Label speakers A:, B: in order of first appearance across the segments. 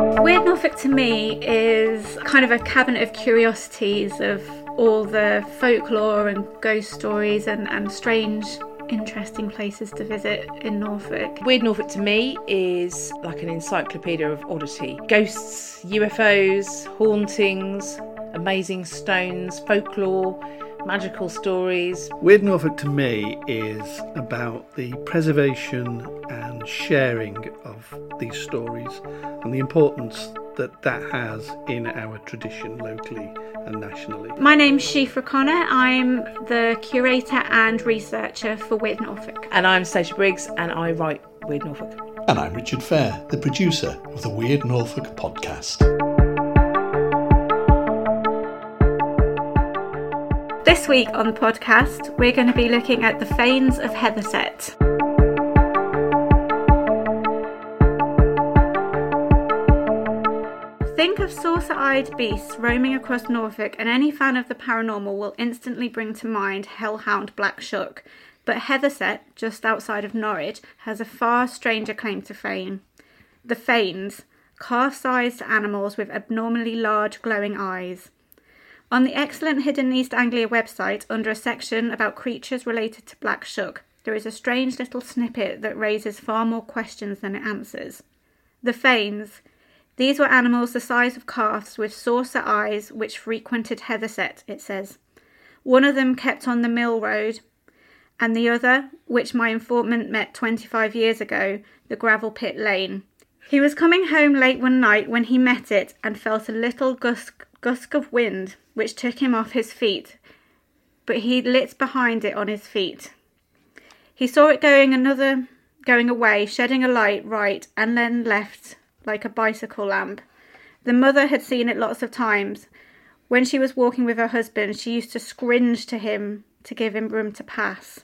A: Norfolk to me is kind of a cabinet of curiosities of all the folklore and ghost stories and, and strange, interesting places to visit in Norfolk.
B: Weird Norfolk to me is like an encyclopedia of oddity ghosts, UFOs, hauntings, amazing stones, folklore, magical stories.
C: Weird Norfolk to me is about the preservation and sharing of these stories and the importance that that has in our tradition locally and nationally.
A: My name's Sheaf O'Connor. I'm the curator and researcher for Weird Norfolk.
B: And I'm Stacia Briggs and I write Weird Norfolk.
D: And I'm Richard Fair, the producer of the Weird Norfolk podcast.
A: This week on the podcast, we're going to be looking at the Fanes of Heatherset. Think of saucer eyed beasts roaming across Norfolk, and any fan of the paranormal will instantly bring to mind Hellhound Black Shuck. But Heatherset, just outside of Norwich, has a far stranger claim to fame. The Fanes, calf sized animals with abnormally large glowing eyes. On the excellent Hidden East Anglia website, under a section about creatures related to Black Shuck, there is a strange little snippet that raises far more questions than it answers. The Fanes. These were animals the size of calves with saucer eyes which frequented Heatherset, it says. One of them kept on the mill road, and the other, which my informant met 25 years ago, the gravel pit lane. He was coming home late one night when he met it and felt a little gusk, gusk of wind which took him off his feet, but he lit behind it on his feet. He saw it going another going away, shedding a light right and then left like a bicycle lamp. The mother had seen it lots of times. When she was walking with her husband, she used to scringe to him to give him room to pass.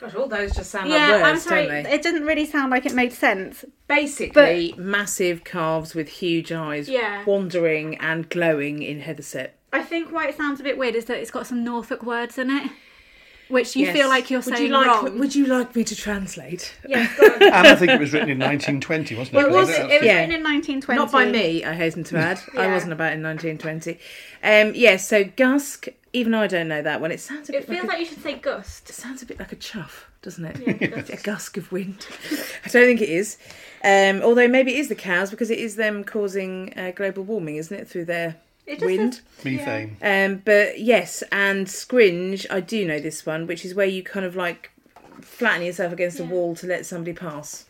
B: Gosh, all those just sound
A: yeah,
B: like words,
A: I'm sorry,
B: don't they?
A: it didn't really sound like it made sense.
B: Basically, massive calves with huge eyes
A: Yeah.
B: wandering and glowing in Heatherset.
A: I think why it sounds a bit weird is that it's got some Norfolk words in it, which you
B: Yes.
A: feel like you're
B: would
A: saying
B: you like,
A: wrong.
B: Would you like me to translate?
C: and I think it was written in 1920, wasn't it?
A: it was, it was
B: Yeah.
A: written in 1920.
B: Not by me, I hasten to add. I
A: Yeah.
B: wasn't about in 1920. Um, yeah, so Gusk, even I don't know that one. It sounds a bit
A: It feels
B: like,
A: like you should say gust.
B: a, sounds a bit like a chuff, doesn't it? a gusk of wind. I don't think it is. Um, although maybe it is the cows because it is them causing uh, global warming, isn't it, through their
A: It just
B: wind?
A: says-
C: Methane.
B: Um, but yes, and scringe, I do know this one, which is where you kind of like flatten yourself against a wall to let somebody pass.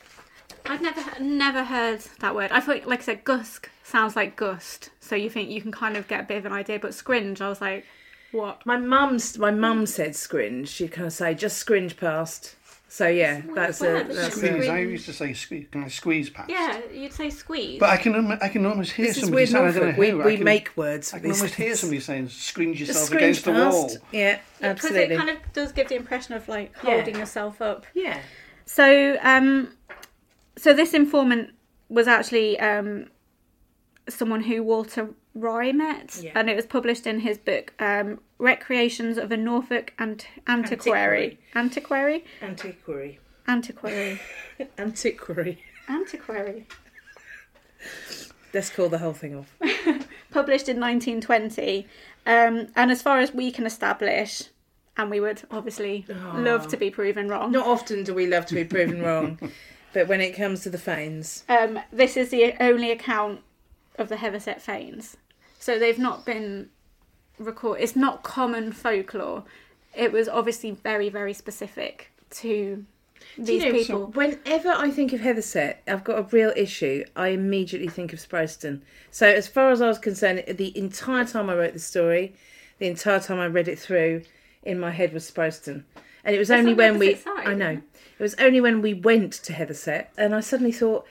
A: I've never never heard that word. I thought, like I said, gusk sounds like gust, so you think you can kind of get a bit of an idea. But scringe, I was like, what?
B: My mum's my mum said scringe. She kind of say just scringe past. So yeah, that's a
A: word,
B: that's
A: isn't it?
B: a.
C: Squeeze. I used to say squeeze, can I squeeze past?
A: Yeah, you'd say squeeze.
C: But I can, almo- I can almost hear
B: This is
C: somebody
B: weird.
C: saying, I
B: Norfolk.
C: don't know
B: We,
C: who, I
B: we
C: can,
B: make words.
C: I
B: for
C: can
B: these
C: almost hear
B: things.
C: somebody saying, scrunge
B: Just
C: yourself
B: scringe
C: against the wall.
B: past. Yeah,
A: because
B: absolutely.
A: it kind of does give the impression of like
B: Yeah.
A: holding yourself up.
B: yeah.
A: So, um, so this informant was actually um, someone who Walter Rye met,
B: Yeah.
A: and it was published in his book um, "Recreations of a Norfolk Ant- Antiquary." Antiquary.
B: Antiquary.
A: Antiquary.
B: Antiquary.
A: Antiquary.
B: Let's call the whole thing off.
A: published in 1920. Um, and as far as we can establish, and we would obviously love to be proven wrong,
B: Not often do we love to be proven wrong, but when it comes to the fanes,
A: um, this is the only account of the Heaverset Fanes. So they've not been record. It's not common folklore. It was obviously very, very specific to these
B: you know,
A: people.
B: Whenever I think of Heatherset, I've got a real issue. I immediately think of Sproston. So, as far as I was concerned, the entire time I wrote the story, the entire time I read it through, in my head was Sproston. And it was only
A: on the
B: when we.
A: opposite side,
B: I know.
A: isn't
B: It was only when we went to Heatherset, and I suddenly thought,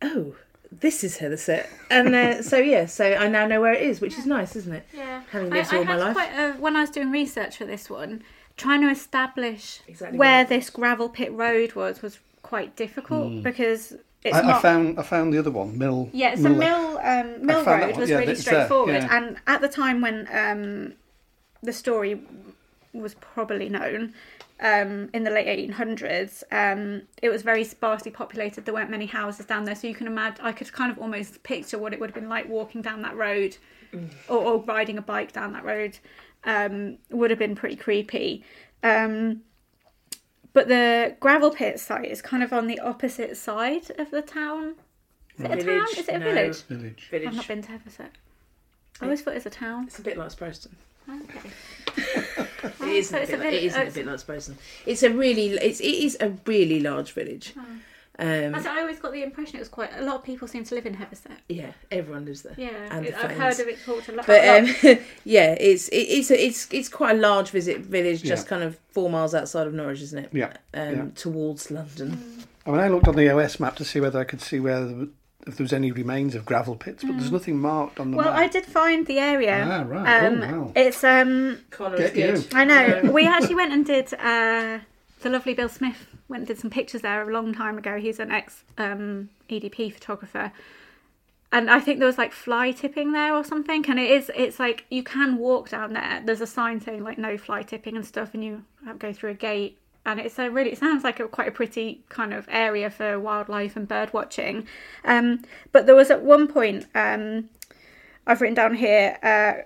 B: oh, this is Heatherset. And uh, so, yeah, so I now know where it is, which is nice, isn't it?
A: Yeah.
B: Having
A: I,
B: lived
A: I
B: all my
A: had
B: life.
A: Quite a, when I was doing research for this one, trying to establish
B: Exactly where
A: where
B: it
A: this gravel pit road was was quite difficult because it's
C: Hmm. I,
A: not.
C: I found I found the other one, Mill.
A: yeah, so
C: Mill Lane.
A: Mill um, Mill
C: found that
A: Road
C: one.
A: was
C: Yeah,
A: really
C: it's there,
A: straightforward,
C: yeah.
A: and at the time when um, the story was probably known, um, in the late 1800s, um, it was very sparsely populated. There weren't many houses down there, so you can imagine. I could kind of almost picture what it would have been like walking down that road, or, or riding a bike down that road. Um, would have been pretty creepy. Um, but the gravel pit site is kind of on the opposite side of the town. Is it a town?
B: Village?
A: Is it a
B: No.
A: village? Uh-huh.
C: Village.
A: I've not
B: Village.
A: been to Heverset. I always thought it was a town.
B: It's a bit like Sproston.
A: Okay.
B: It isn't,
A: it's
B: a,
A: a
B: bit like, it
A: village-
B: isn't
A: oh,
B: a bit like Sproston. It's a really, it's, it is a really large village. Um,
A: Oh. That's- I always got the impression it was quite. A lot of people seem to live in Heverset.
B: yeah, everyone lives there.
A: Yeah,
B: and the
A: I've
B: Fanes.
A: heard of it talked a lot.
B: But
A: a lot.
B: um, yeah, it's it, it's a, it's it's quite a large visit village, just
C: Yeah.
B: kind of four miles outside of Norwich, isn't it?
C: Yeah,
B: Um,
C: yeah.
B: Towards London.
C: I mean, I looked on the OS map to see whether I could see where the, if there was any remains of gravel pits, but there's nothing marked on the
A: Mm. well, I
C: map.
A: did find the area.
C: Ah, right. Oh,
A: Um,
C: wow.
A: It's um,
B: Connor
C: Get you.
A: I know. we actually went and did uh, the lovely Bill Smith went and did some pictures there a long time ago. He's an ex um, EDP photographer, and I think there was like fly tipping there or something. And it is, it's like you can walk down there. There's a sign saying like no fly tipping and stuff, and you go through a gate. And it's a really, it sounds like a quite a pretty kind of area for wildlife and bird watching. Um, but there was at one point. Um, I've written down here. Uh,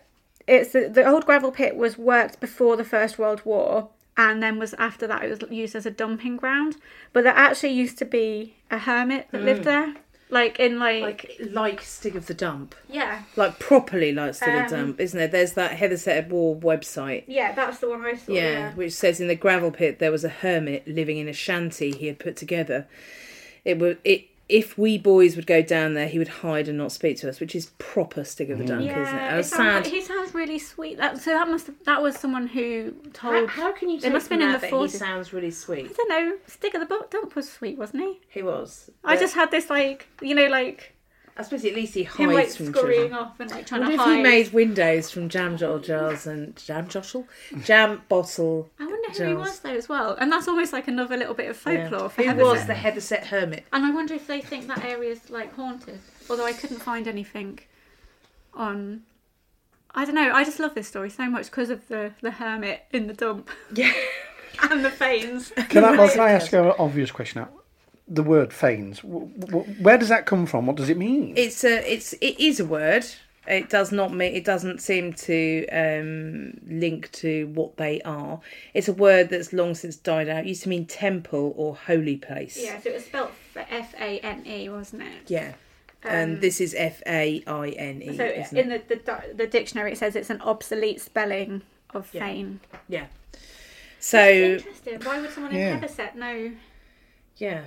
A: it's the, the old gravel pit was worked before the First World War, and then was after that it was used as a dumping ground. But there actually used to be a hermit that lived there, like in like,
B: Like like Stig of the Dump,
A: yeah,
B: like properly like Stig of the
A: Um,
B: Dump, isn't there? There's that Heather Set War website.
A: yeah, that's the one I saw.
B: Oh, Yeah,
A: Yeah,
B: which says in the gravel pit there was a hermit living in a shanty he had put together. It would it if we boys would go down there, he would hide and not speak to us, which is proper Stig of the Dump, isn't it?
A: yeah.
B: I
A: it
B: was
A: sounds
B: sad.
A: like- he sounds really sweet. That, so that must that was someone who told.
B: can you?
A: take must have been from in that the that he 40s.
B: sounds really sweet.
A: I don't know. Stick of the butt dump was sweet, wasn't he?
B: He was.
A: I just had this like you know like
B: I suppose at least he hides
A: him like
B: from
A: scurrying
B: children.
A: off and like trying
B: What
A: to
B: if
A: hide.
B: he made windows from jam jottle jars and jam jottle, jam bottle?
A: I wonder who he
B: jars?
A: was though as well, and that's almost like another little bit of
B: Yeah.
A: folklore for
B: Who
A: Heatherset.
B: was the Heatherset hermit?
A: And I wonder if they think that area's like haunted. Although I couldn't find anything on. I don't know. I just love this story so much because of the the hermit in the dump
B: Yeah.
A: and the fanes.
C: Can I, well, can I ask you an obvious question? now? The word fanes, w- w- where does that come from? What does it mean?
B: It's a. It's. It is a word. It does not mean. It doesn't seem to um, link to what they are. It's a word that's long since died out. It used to mean temple or holy place.
A: Yeah, so it was spelled F A N E, wasn't it?
B: Yeah. and this is F A I N E.
A: Um, So
B: isn't it?
A: in the, the di- the dictionary, it says it's an obsolete spelling of
B: Yeah.
A: fane.
B: yeah. So
A: Interesting. Why would someone
C: Yeah.
A: in Heverset know?
B: yeah.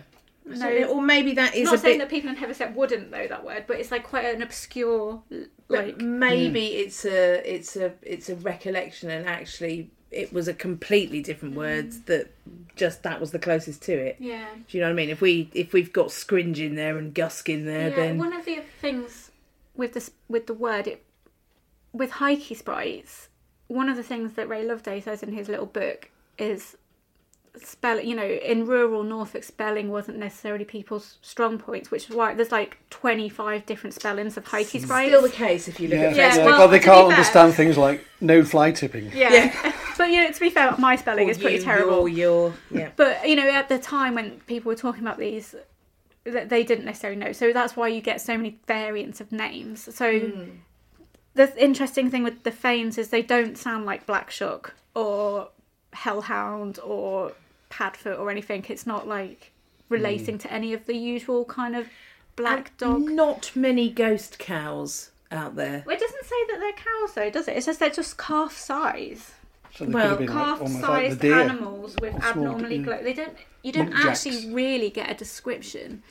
A: No.
B: or maybe that is
A: Not
B: a
A: saying
B: bit
A: that people in Heverset wouldn't know that word, but it's like quite an obscure l-
B: But
A: like. hmm.
B: maybe it's a it's a it's a recollection, and actually it was a completely different
A: Mm.
B: words that just that was the closest to it.
A: Yeah.
B: Do you know what I mean? If we if we've got scringe in there and gusk in there,
A: yeah,
B: then
A: one of the things with this with the word it, with hikey sprites, one of the things that Ray Loveday says in his little book is spell you know in rural norfolk spelling wasn't necessarily people's strong points which is why there's like 25 different spellings of hikey sprites
B: still the case if you look
C: yeah,
B: at
A: Yeah,
B: Facebook.
C: it's like,
A: well,
C: well, they
A: to be
C: can't
A: fair-
C: understand things like no fly tipping.
A: yeah,
B: Yeah.
A: but you know to be fair my spelling is pretty
B: you,
A: terrible
B: Your, your, yeah.
A: but you know at the time when people were talking about these that they didn't necessarily know so that's why you get so many variants of names so
C: Hmm.
A: the interesting thing with the fanes is they don't sound like black shuck or hellhound or padfoot or anything it's not like relating
C: Hmm.
A: to any of the usual kind of black dog
B: Not many ghost cows out there.
A: Well, it doesn't say that they're cows though does it it's just they're just calf size
C: So they
B: Well,
C: could have been like, almost like the
A: calf-sized
C: deer.
A: animals with
C: Or small
A: abnormally
C: deer.
A: glow they don't you don't
C: Muntjacs.
A: actually really get a description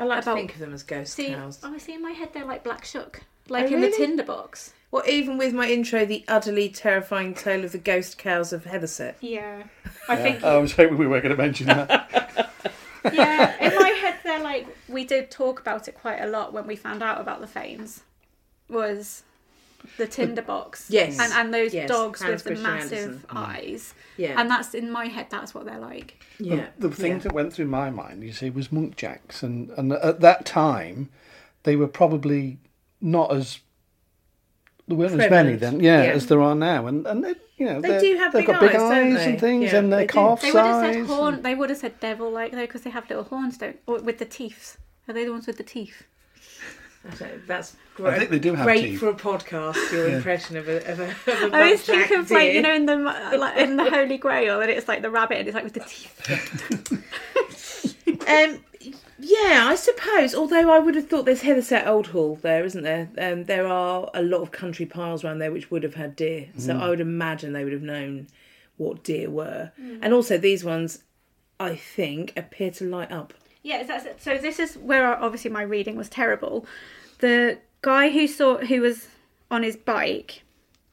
B: I like
A: About-
B: to think of them as ghost
A: See,
B: cows.
A: oh, I see in my head they're like black shook, like
B: Oh,
A: in the
B: really?
A: tinder box.
B: Well, even with my intro, the utterly terrifying tale of the ghost cows of Heatherset.
A: Yeah, I think.
C: I was hoping we were going to mention that.
A: yeah, in my head they're like we did talk about it quite a lot when we found out about the Fanes. Was the tinder box?
B: Yes.
A: and and those
B: Yes.
A: dogs with
B: Hans
A: the
B: Christian
A: massive
B: Andersen. Mm.
A: eyes.
B: Yeah.
A: and that's in my head. That's what they're like.
B: Yeah,
C: the thing
B: yeah.
C: that went through my mind, you see, was Monk Jacks, and and at that time, they were probably not as there weren't as many
B: Prevalent.
C: then, yeah,
B: Yeah.
C: as there are now, and and it, you know,
B: They
C: they're-
B: do have
C: they've
B: big
C: got big
B: eyes, don't
C: eyes and
B: they?
C: things,
B: Yeah,
C: and
B: they
C: they're
B: do.
C: calf
A: They would have
C: size.
A: said horn. They would have said devil like though, because they have little horns, don't? Or with the teeth. Are they the ones with the teeth?
B: So That's great.
C: I think they do have
B: great
C: teeth.
B: for a podcast. Your impression of a of a. Of a
A: I always
B: black
A: think of like you
B: deer.
A: know in the like, in the Holy Grail, and it's like the rabbit, and it's like with the teeth.
B: Um, yeah, I suppose. Although I would have thought there's Heatherset Old Hall there, isn't there? Um, there are a lot of country piles around there which would have had deer. So
C: Mm.
B: I would imagine they would have known what deer were. And also these ones, I think, appear to light up.
A: Yeah, that's it. So this is where obviously my reading was terrible. The guy who saw who was on his bike.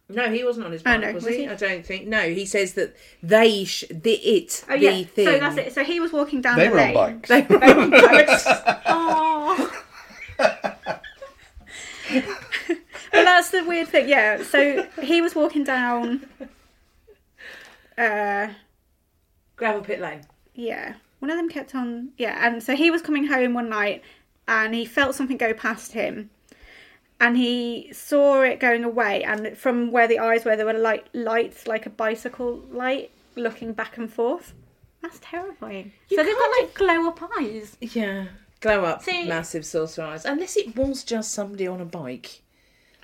B: No, he wasn't on his
A: Oh,
B: bike,
A: no,
B: was,
A: was
B: he?
A: he?
B: I don't think. No, he says that they, sh- the it,
A: Oh
B: the
A: yeah.
B: thing.
A: So that's it. So he was walking down
C: They
A: the
C: were on
A: lane.
C: bikes.
A: Oh. but that's the weird thing, yeah. So he was walking down. Uh,
B: Gravel pit lane.
A: yeah, one of them kept on. Yeah, and so he was coming home one night, and he felt something go past him, and he saw it going away, and from where the eyes were, there were light lights like a bicycle light looking back and forth. That's terrifying. so they've got like glow up eyes.
B: Yeah. Glow up,
A: See-
B: massive saucer eyes. Unless it was just somebody on a bike,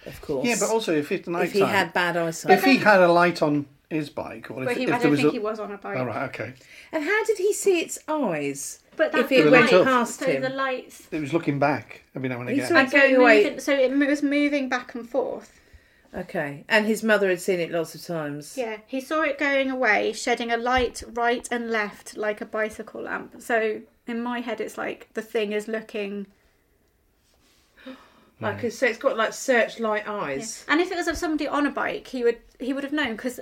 B: of course.
C: Yeah, but also if it's nighttime,
B: if he had bad eyesight.
C: if he had a light on his bike, or if,
A: But he, I
C: if there
A: don't
C: was
A: think
C: a,
A: he was on a bike.
C: all right, okay,
B: And how did he see its eyes?
A: But that's
B: if it
A: the
B: went
A: lights.
B: past
A: so
B: him.
A: the lights
C: it was looking back every now and
B: He
C: again.
B: saw-
A: so
B: going
A: it
B: away.
A: moved- so it was moving back and forth.
B: Okay. And his mother had seen it lots of times.
A: Yeah, he saw it going away, shedding a light right and left like a bicycle lamp. So in my head, it's like the thing is looking.
B: Like so it's got like searchlight eyes.
A: And if it was of somebody on a bike, he would he would have known because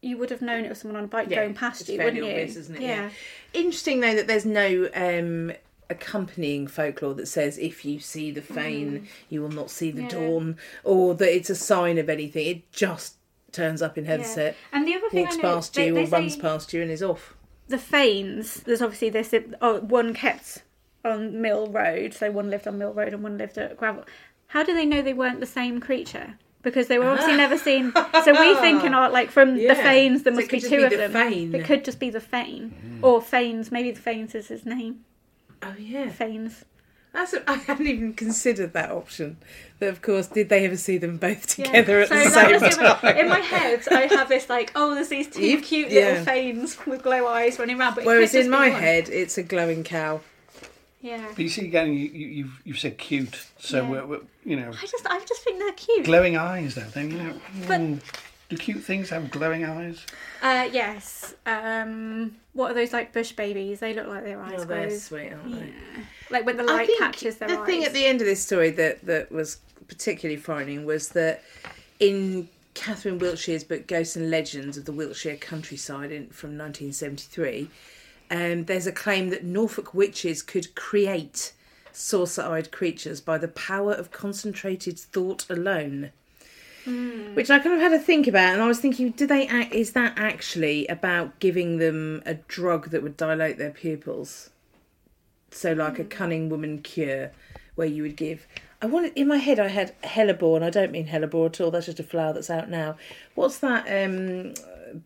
A: you would have known it was someone on a bike
B: Yeah,
A: going past
B: it's
A: you,
B: fairly
A: wouldn't you?
B: obvious, isn't it? Yeah. Interesting though that there's no um accompanying folklore that says if you see the fane you will not see the
A: Mm-hmm. Yeah.
B: dawn or that it's a sign of anything. It just turns up in
A: yeah.
B: Heatherset,
A: And the other thing
B: walks
A: I know,
B: past
A: they,
B: you
A: they
B: or runs
A: say-
B: past you and is off.
A: the Fanes, there's obviously this oh, one kept on Mill Road, so one lived on Mill Road and one lived at Gravel. How do they know they weren't the same creature? Because they were obviously never seen. So we think in our like from
B: Yeah.
A: the Fanes, there
B: So it
A: must
B: could
A: be
B: just
A: two
B: be
A: of
B: the
A: them.
B: Fane.
A: It could just be the Fane
B: Hmm.
A: or Fanes. Maybe the Fanes is his name.
B: Oh yeah.
A: Fanes.
B: That's a, I hadn't even considered that option. That of course, did they ever see them both together at
A: so
B: the
A: that
B: same
A: was
B: time?
A: given- in my head, I have this like, oh, there's these two
B: You-
A: cute
B: yeah.
A: little Fanes with glow eyes running around. But it
B: Whereas
A: could just
B: in
A: be
B: my
A: one.
B: head, it's a glowing cow.
A: yeah.
C: But you see again, you, you, you've you've said cute, so
A: Yeah.
C: we're, we're, you know,
A: I just, I just think they're cute.
C: glowing eyes though. Then you know,
A: But-
C: mm, do cute things have glowing eyes?
A: Uh, yes. Um, what are those like bush babies? They look like their eyes
B: Oh, they're
A: closed.
B: sweet, aren't they?
A: Like when the
B: I
A: light
B: think
A: catches their
B: the
A: eyes.
B: thing at the end of this story that that was particularly frightening was that in Catherine Wiltshire's book Ghosts and Legends of the Wiltshire Countryside in, from 1973, um, there's a claim that Norfolk witches could create saucer-eyed creatures by the power of concentrated thought alone. Which I kind of had a think about, and I was thinking, do they act? Is that actually about giving them a drug that would dilate their pupils? so like a cunning woman cure where you would give i wanted in my head i had hellebore and i don't mean hellebore at all that's just a flower that's out now what's that um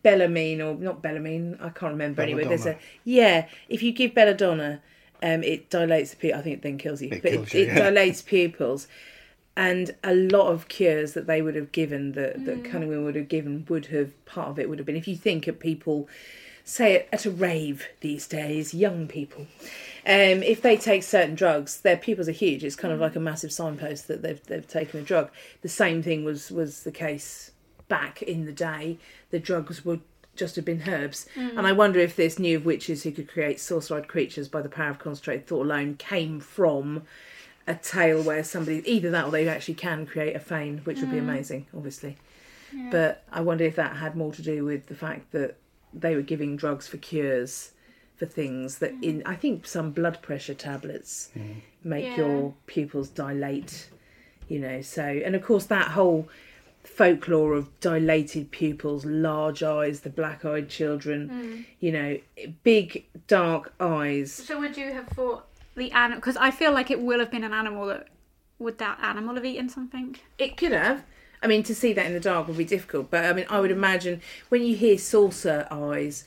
B: bellamine or not bellamine i can't remember anyway there's a
C: Belladonna.
B: yeah if you give belladonna um it dilates the pupil i think it then kills you but
C: kills
B: it,
C: you,
B: it
C: yeah.
B: dilates pupils and a lot of cures that they would have given that that cunning women would have given would have part of it would have been if you think of people say it at a rave these days, young people, um, if they take certain drugs, their pupils are huge. It's kind of like a massive signpost that they've they've taken a drug. The same thing was was the case back in the day. The drugs would just have been herbs, and I wonder if this knew of witches who could create sorcerer-eyed creatures by the power of concentrated thought alone came from. A tale where somebody either that or they actually can create a fane, which would be amazing, obviously. But I wonder if that had more to do with the fact that they were giving drugs for cures for things that in I think some blood pressure tablets make
A: Yeah.
B: your pupils dilate, you know. So and of course that whole folklore of dilated pupils, large eyes, the black-eyed children, you know, big dark eyes.
A: So would you have thought the animal? Because I feel like it will have been an animal that would that animal have eaten something?
B: It could have I mean, to see that in the dark would be difficult, but I mean, I would imagine when you hear saucer eyes,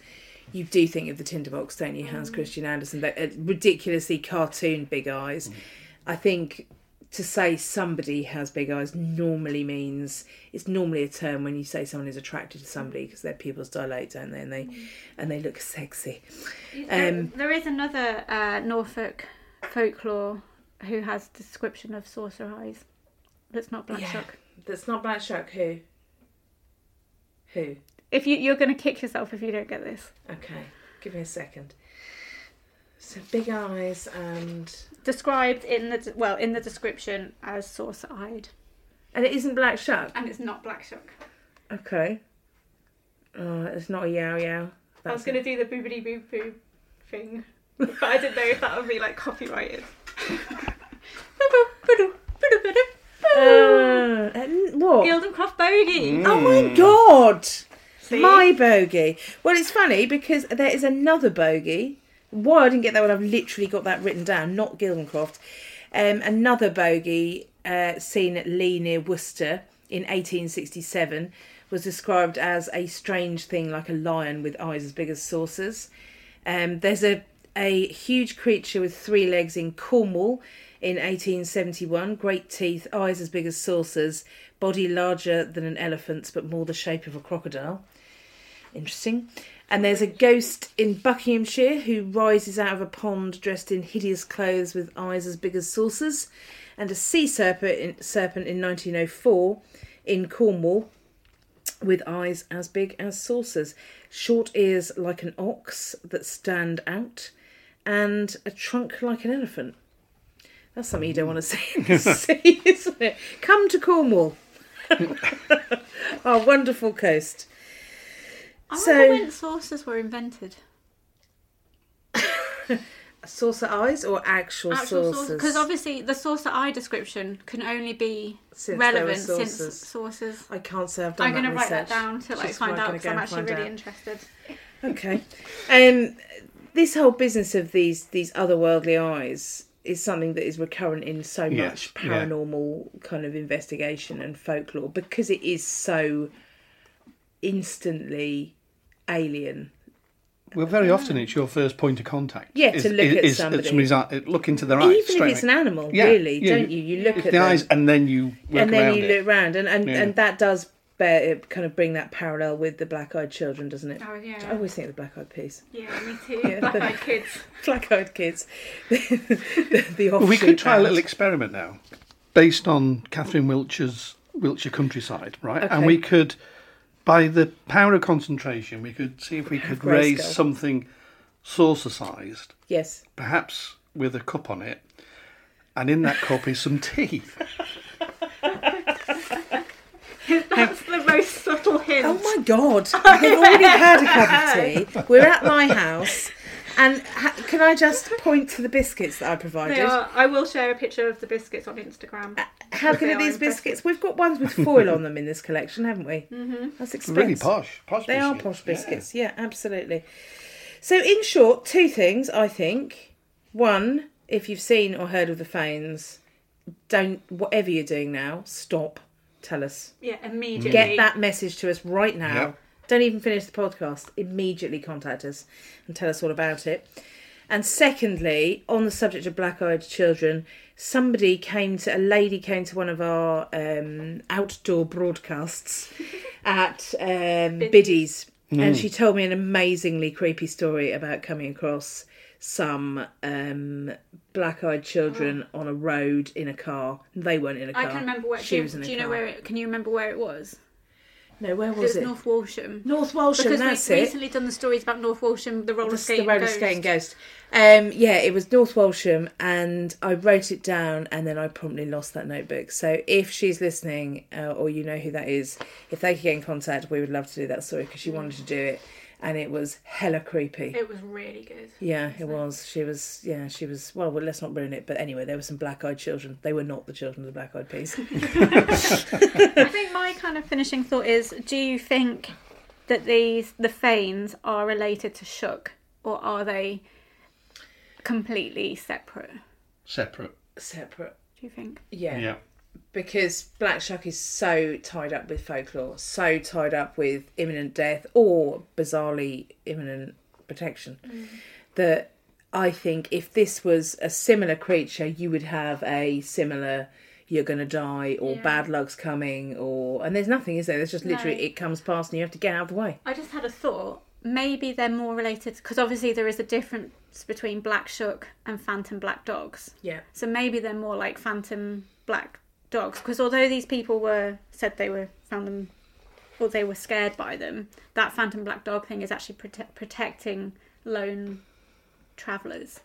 B: you do think of the tinderbox, don't you, Hans Christian Andersen? That uh, ridiculously cartoon big eyes. I think to say somebody has big eyes normally means it's normally a term when you say someone is attracted to somebody because their pupils dilate, don't they? And they and they look sexy.
A: There-
B: Um,
A: there is another uh, Norfolk folklore who has description of saucer eyes. That's not Black
B: Yeah.
A: Shock.
B: That's not Black Shark. Who? Who?
A: If you you're going to kick yourself if you don't get this
B: Okay, give me a second. So big eyes and
A: described in the d- well in the description as saucer eyed,
B: and it isn't Black Shark.
A: and it's not Black Shock.
B: Okay. Oh, it's not a yow yow.
A: I was going to do the boobity boo boo thing, but I didn't know if that would be like copyrighted.
B: Uh, and what?
A: Guild and Croft Bogey.
B: Oh my god!
A: See?
B: My bogey. Well, it's funny because there is another bogey. Why I didn't get that one, I've literally got that written down, not Gildencroft. Um, another bogey uh, seen at Lee near Worcester in 1867 was described as a strange thing like a lion with eyes as big as saucers. Um, there's a, a huge creature with three legs in Cornwall in 1871, great teeth, eyes as big as saucers, body larger than an elephant's but more the shape of a crocodile. Interesting. And there's a ghost in Buckinghamshire who rises out of a pond dressed in hideous clothes with eyes as big as saucers, and a sea serpent in, serpent in 1904 in Cornwall with eyes as big as saucers, short ears like an ox that stand out, and a trunk like an elephant. That's something you don't want to see, see isn't it? Come to Cornwall, our wonderful coast.
A: I
B: So-
A: wonder when saucers were invented.
B: Saucer eyes or actual,
A: Actual saucers,
B: saucers?
A: because obviously the saucer eye description can only be
B: Since there were
A: relevant since
B: saucers.
A: saucers.
B: I can't say I've done
A: I'm going to
B: that
A: write that
B: research.
A: down to like
B: Just
A: find
B: right,
A: out
B: gonna
A: because
B: go
A: I'm
B: and
A: actually
B: find
A: really
B: out.
A: interested.
B: Okay. Um, this whole business of these these otherworldly eyes is something that is recurrent in so
C: Yes,
B: much
C: yeah.
B: paranormal kind of investigation and folklore because it is so instantly alien.
C: Well, very often it's your first point of contact.
B: Mm. Yeah, to
C: Is-
B: look at
C: is- is
B: somebody.
C: somebody's eye- uh, look into their eyes.
B: Even
C: straight
B: if it's an
C: away.
B: animal,
C: Yeah,
B: really,
C: yeah,
B: don't you? You look
C: it's
B: at
C: the
B: them.
C: eyes, and then you work
B: and then
C: around
B: you
C: it.
B: look round, and and,
C: Yeah.
B: and that does bear it kind of bring that parallel with the black-eyed children, doesn't it?
A: Oh yeah,
B: I always think of the black-eyed piece,
A: yeah, me too. Black-eyed kids.
B: black-eyed kids, the, the
C: Well, we
B: offshoot
C: could try a
B: band.
C: little experiment now, based on Catherine Wiltshire's Wiltshire countryside, right? And
B: Okay.
C: we could, by the power of concentration, we could see if we could raise
B: grayscale.
C: something saucer-sized,
B: Yes,
C: perhaps with a cup on it, and in that cup is some tea.
A: That's the most subtle hint.
B: Oh my god! I've already had a cup of tea. We're at my house, and ha- can I just point to the biscuits that I provided?
A: They are. I will share a picture of the biscuits on Instagram.
B: Uh, How good
A: They
B: are
A: are
B: these
A: impressive.
B: biscuits? We've got ones with foil on them in this collection, haven't we? Mm-hmm. That's expensive.
C: really posh, posh.
B: They are
C: biscuits,
B: posh
C: yeah.
B: biscuits. Yeah. absolutely. So, in short, two things I think. One, if you've seen or heard of the Fanes, don't whatever you're doing now, stop. Tell us.
A: Yeah, immediately.
B: Get that message to us right now.
C: Yep.
B: Don't even finish the podcast. Immediately contact us and tell us all about it. And secondly, on the subject of black-eyed children, somebody came to a lady came to one of our um, outdoor broadcasts at um, Biddy's,
A: Hmm.
B: and she told me an amazingly creepy story about coming across some um, black-eyed children on a road in a car. They weren't in a car.
A: Oh. I can remember where.
B: she
A: do,
B: was in a
A: do you
B: car.
A: know where? It, can you remember where it was?
B: No, where was
A: it was
B: it?
A: North Walsham.
B: North Walsham,
A: because
B: that's
A: we've
B: it.
A: recently done the stories about North Walsham, the roller
B: This is
A: skating.
B: the roller
A: ghost.
B: skating ghost. Um, yeah, it was North Walsham, and I wrote it down, and then I promptly lost that notebook. So if she's listening, uh, or you know who that is, if they could get in contact, we would love to do that story because she wanted to do it, and it was hella creepy.
A: It was really good.
B: yeah, it was. She was. Yeah, she was. Well, well, let's not ruin it. But anyway, there were some black-eyed children. They were not the children of the black-eyed peas.
A: I think my kind of finishing thought is: Do you think that these the Fanes are related to Shook, or are they completely separate?
C: Separate.
B: Separate.
A: Do you think?
B: Yeah.
C: Yeah.
B: because Black Shark is so tied up with folklore, so tied up with imminent death or bizarrely imminent protection,
A: Mm.
B: that I think if this was a similar creature, you would have a similar you're gonna die or
A: Yeah.
B: bad luck's coming or and there's nothing is there there's just literally
A: No.
B: it comes past and you have to get out of the way
A: I just had a thought. Maybe they're more related because obviously there is a difference between black shuck and phantom black dogs.
B: yeah
A: So maybe they're more like phantom black dogs because although these people were said they were found them or they were scared by them, that phantom black dog thing is actually prote- protecting lone travelers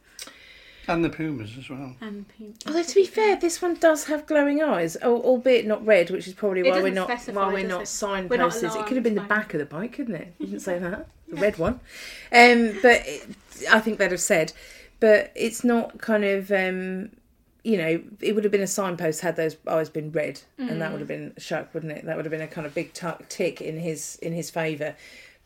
C: And the pumas as well.
A: and people.
B: Although to be fair, this one does have glowing eyes, al- albeit not red, which is probably
A: It
B: why we're
A: doesn't
B: not
A: specify,
B: why we're
A: does
B: not
A: it? We're not
B: signposted. It could
A: alarmed
B: have been the
A: by-
B: back of the bike, couldn't it? You didn't say that the red one, um, but it, I think they'd have said. But it's not kind of um, you know it would have been a signpost had those eyes been red, and that would
A: Mm.
B: have been a shock, wouldn't it? That would have been a kind of big tuck tick in his in his favour.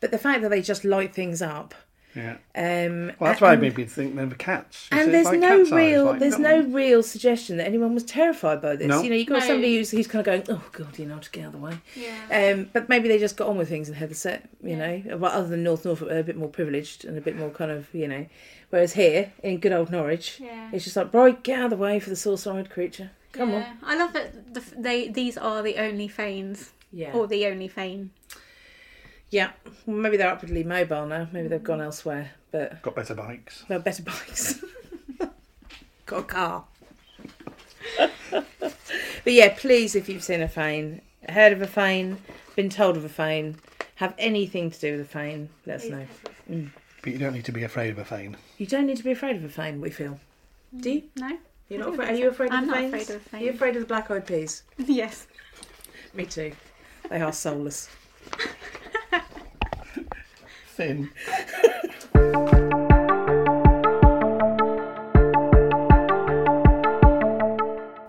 B: But the fact that they just light things up.
C: Yeah.
B: Um,
C: Well, that's
B: a-
C: why it made me think they were cats. You
B: and
C: see,
B: there's
C: like
B: no
C: cat's eyes,
B: real,
C: like,
B: there's
C: you
B: no
C: know,
B: real suggestion that anyone was terrified by this.
C: No.
B: You know, you got
A: No.
B: somebody who's who's kind of going, oh god, you know, just get out of the way.
A: Yeah.
B: Um, but maybe they just got on with things in Heatherset. You
A: Yeah.
B: know, well, other than North Norfolk, they're a bit more privileged and a bit more kind of, you know. Whereas here in good old Norwich,
A: Yeah.
B: it's just like, right, get out of the way for the sore-eyed creature. Come on.
A: Yeah. I love that the, f- they these are the only fanes
B: Yeah.
A: or the only fane.
B: yeah. Well, maybe they're upwardly mobile now. Maybe they've
A: Mm.
B: gone elsewhere, but
C: Got better bikes.
B: they're better bikes. got a car. But yeah, please, if you've seen a fane, heard of a fane, been told of a fane, have anything to do with a fane, let us know.
C: But you don't need to be afraid of a fane.
B: You don't need to be afraid of a fane, we feel. Do you?
A: No.
B: You're
A: I
B: not
A: don't
B: afraid? Are
A: think
B: you
A: so.
B: afraid
A: I'm
B: of
A: not
B: the fanes?
A: afraid of
B: Are you
A: fanes.
B: afraid of the black eyed peas?
A: yes.
B: Me too. They are soulless.
C: Thin.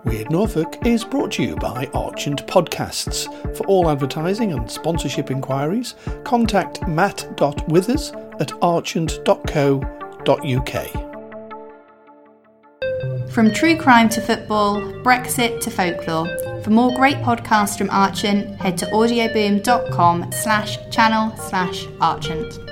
D: Weird Norfolk is brought to you by Archant Podcasts. For all advertising and sponsorship inquiries, contact matt.withers at archant.co.uk.
E: From true crime to football, Brexit to folklore. For more great podcasts from Archant, head to audioboom.com slash channel slash Archant.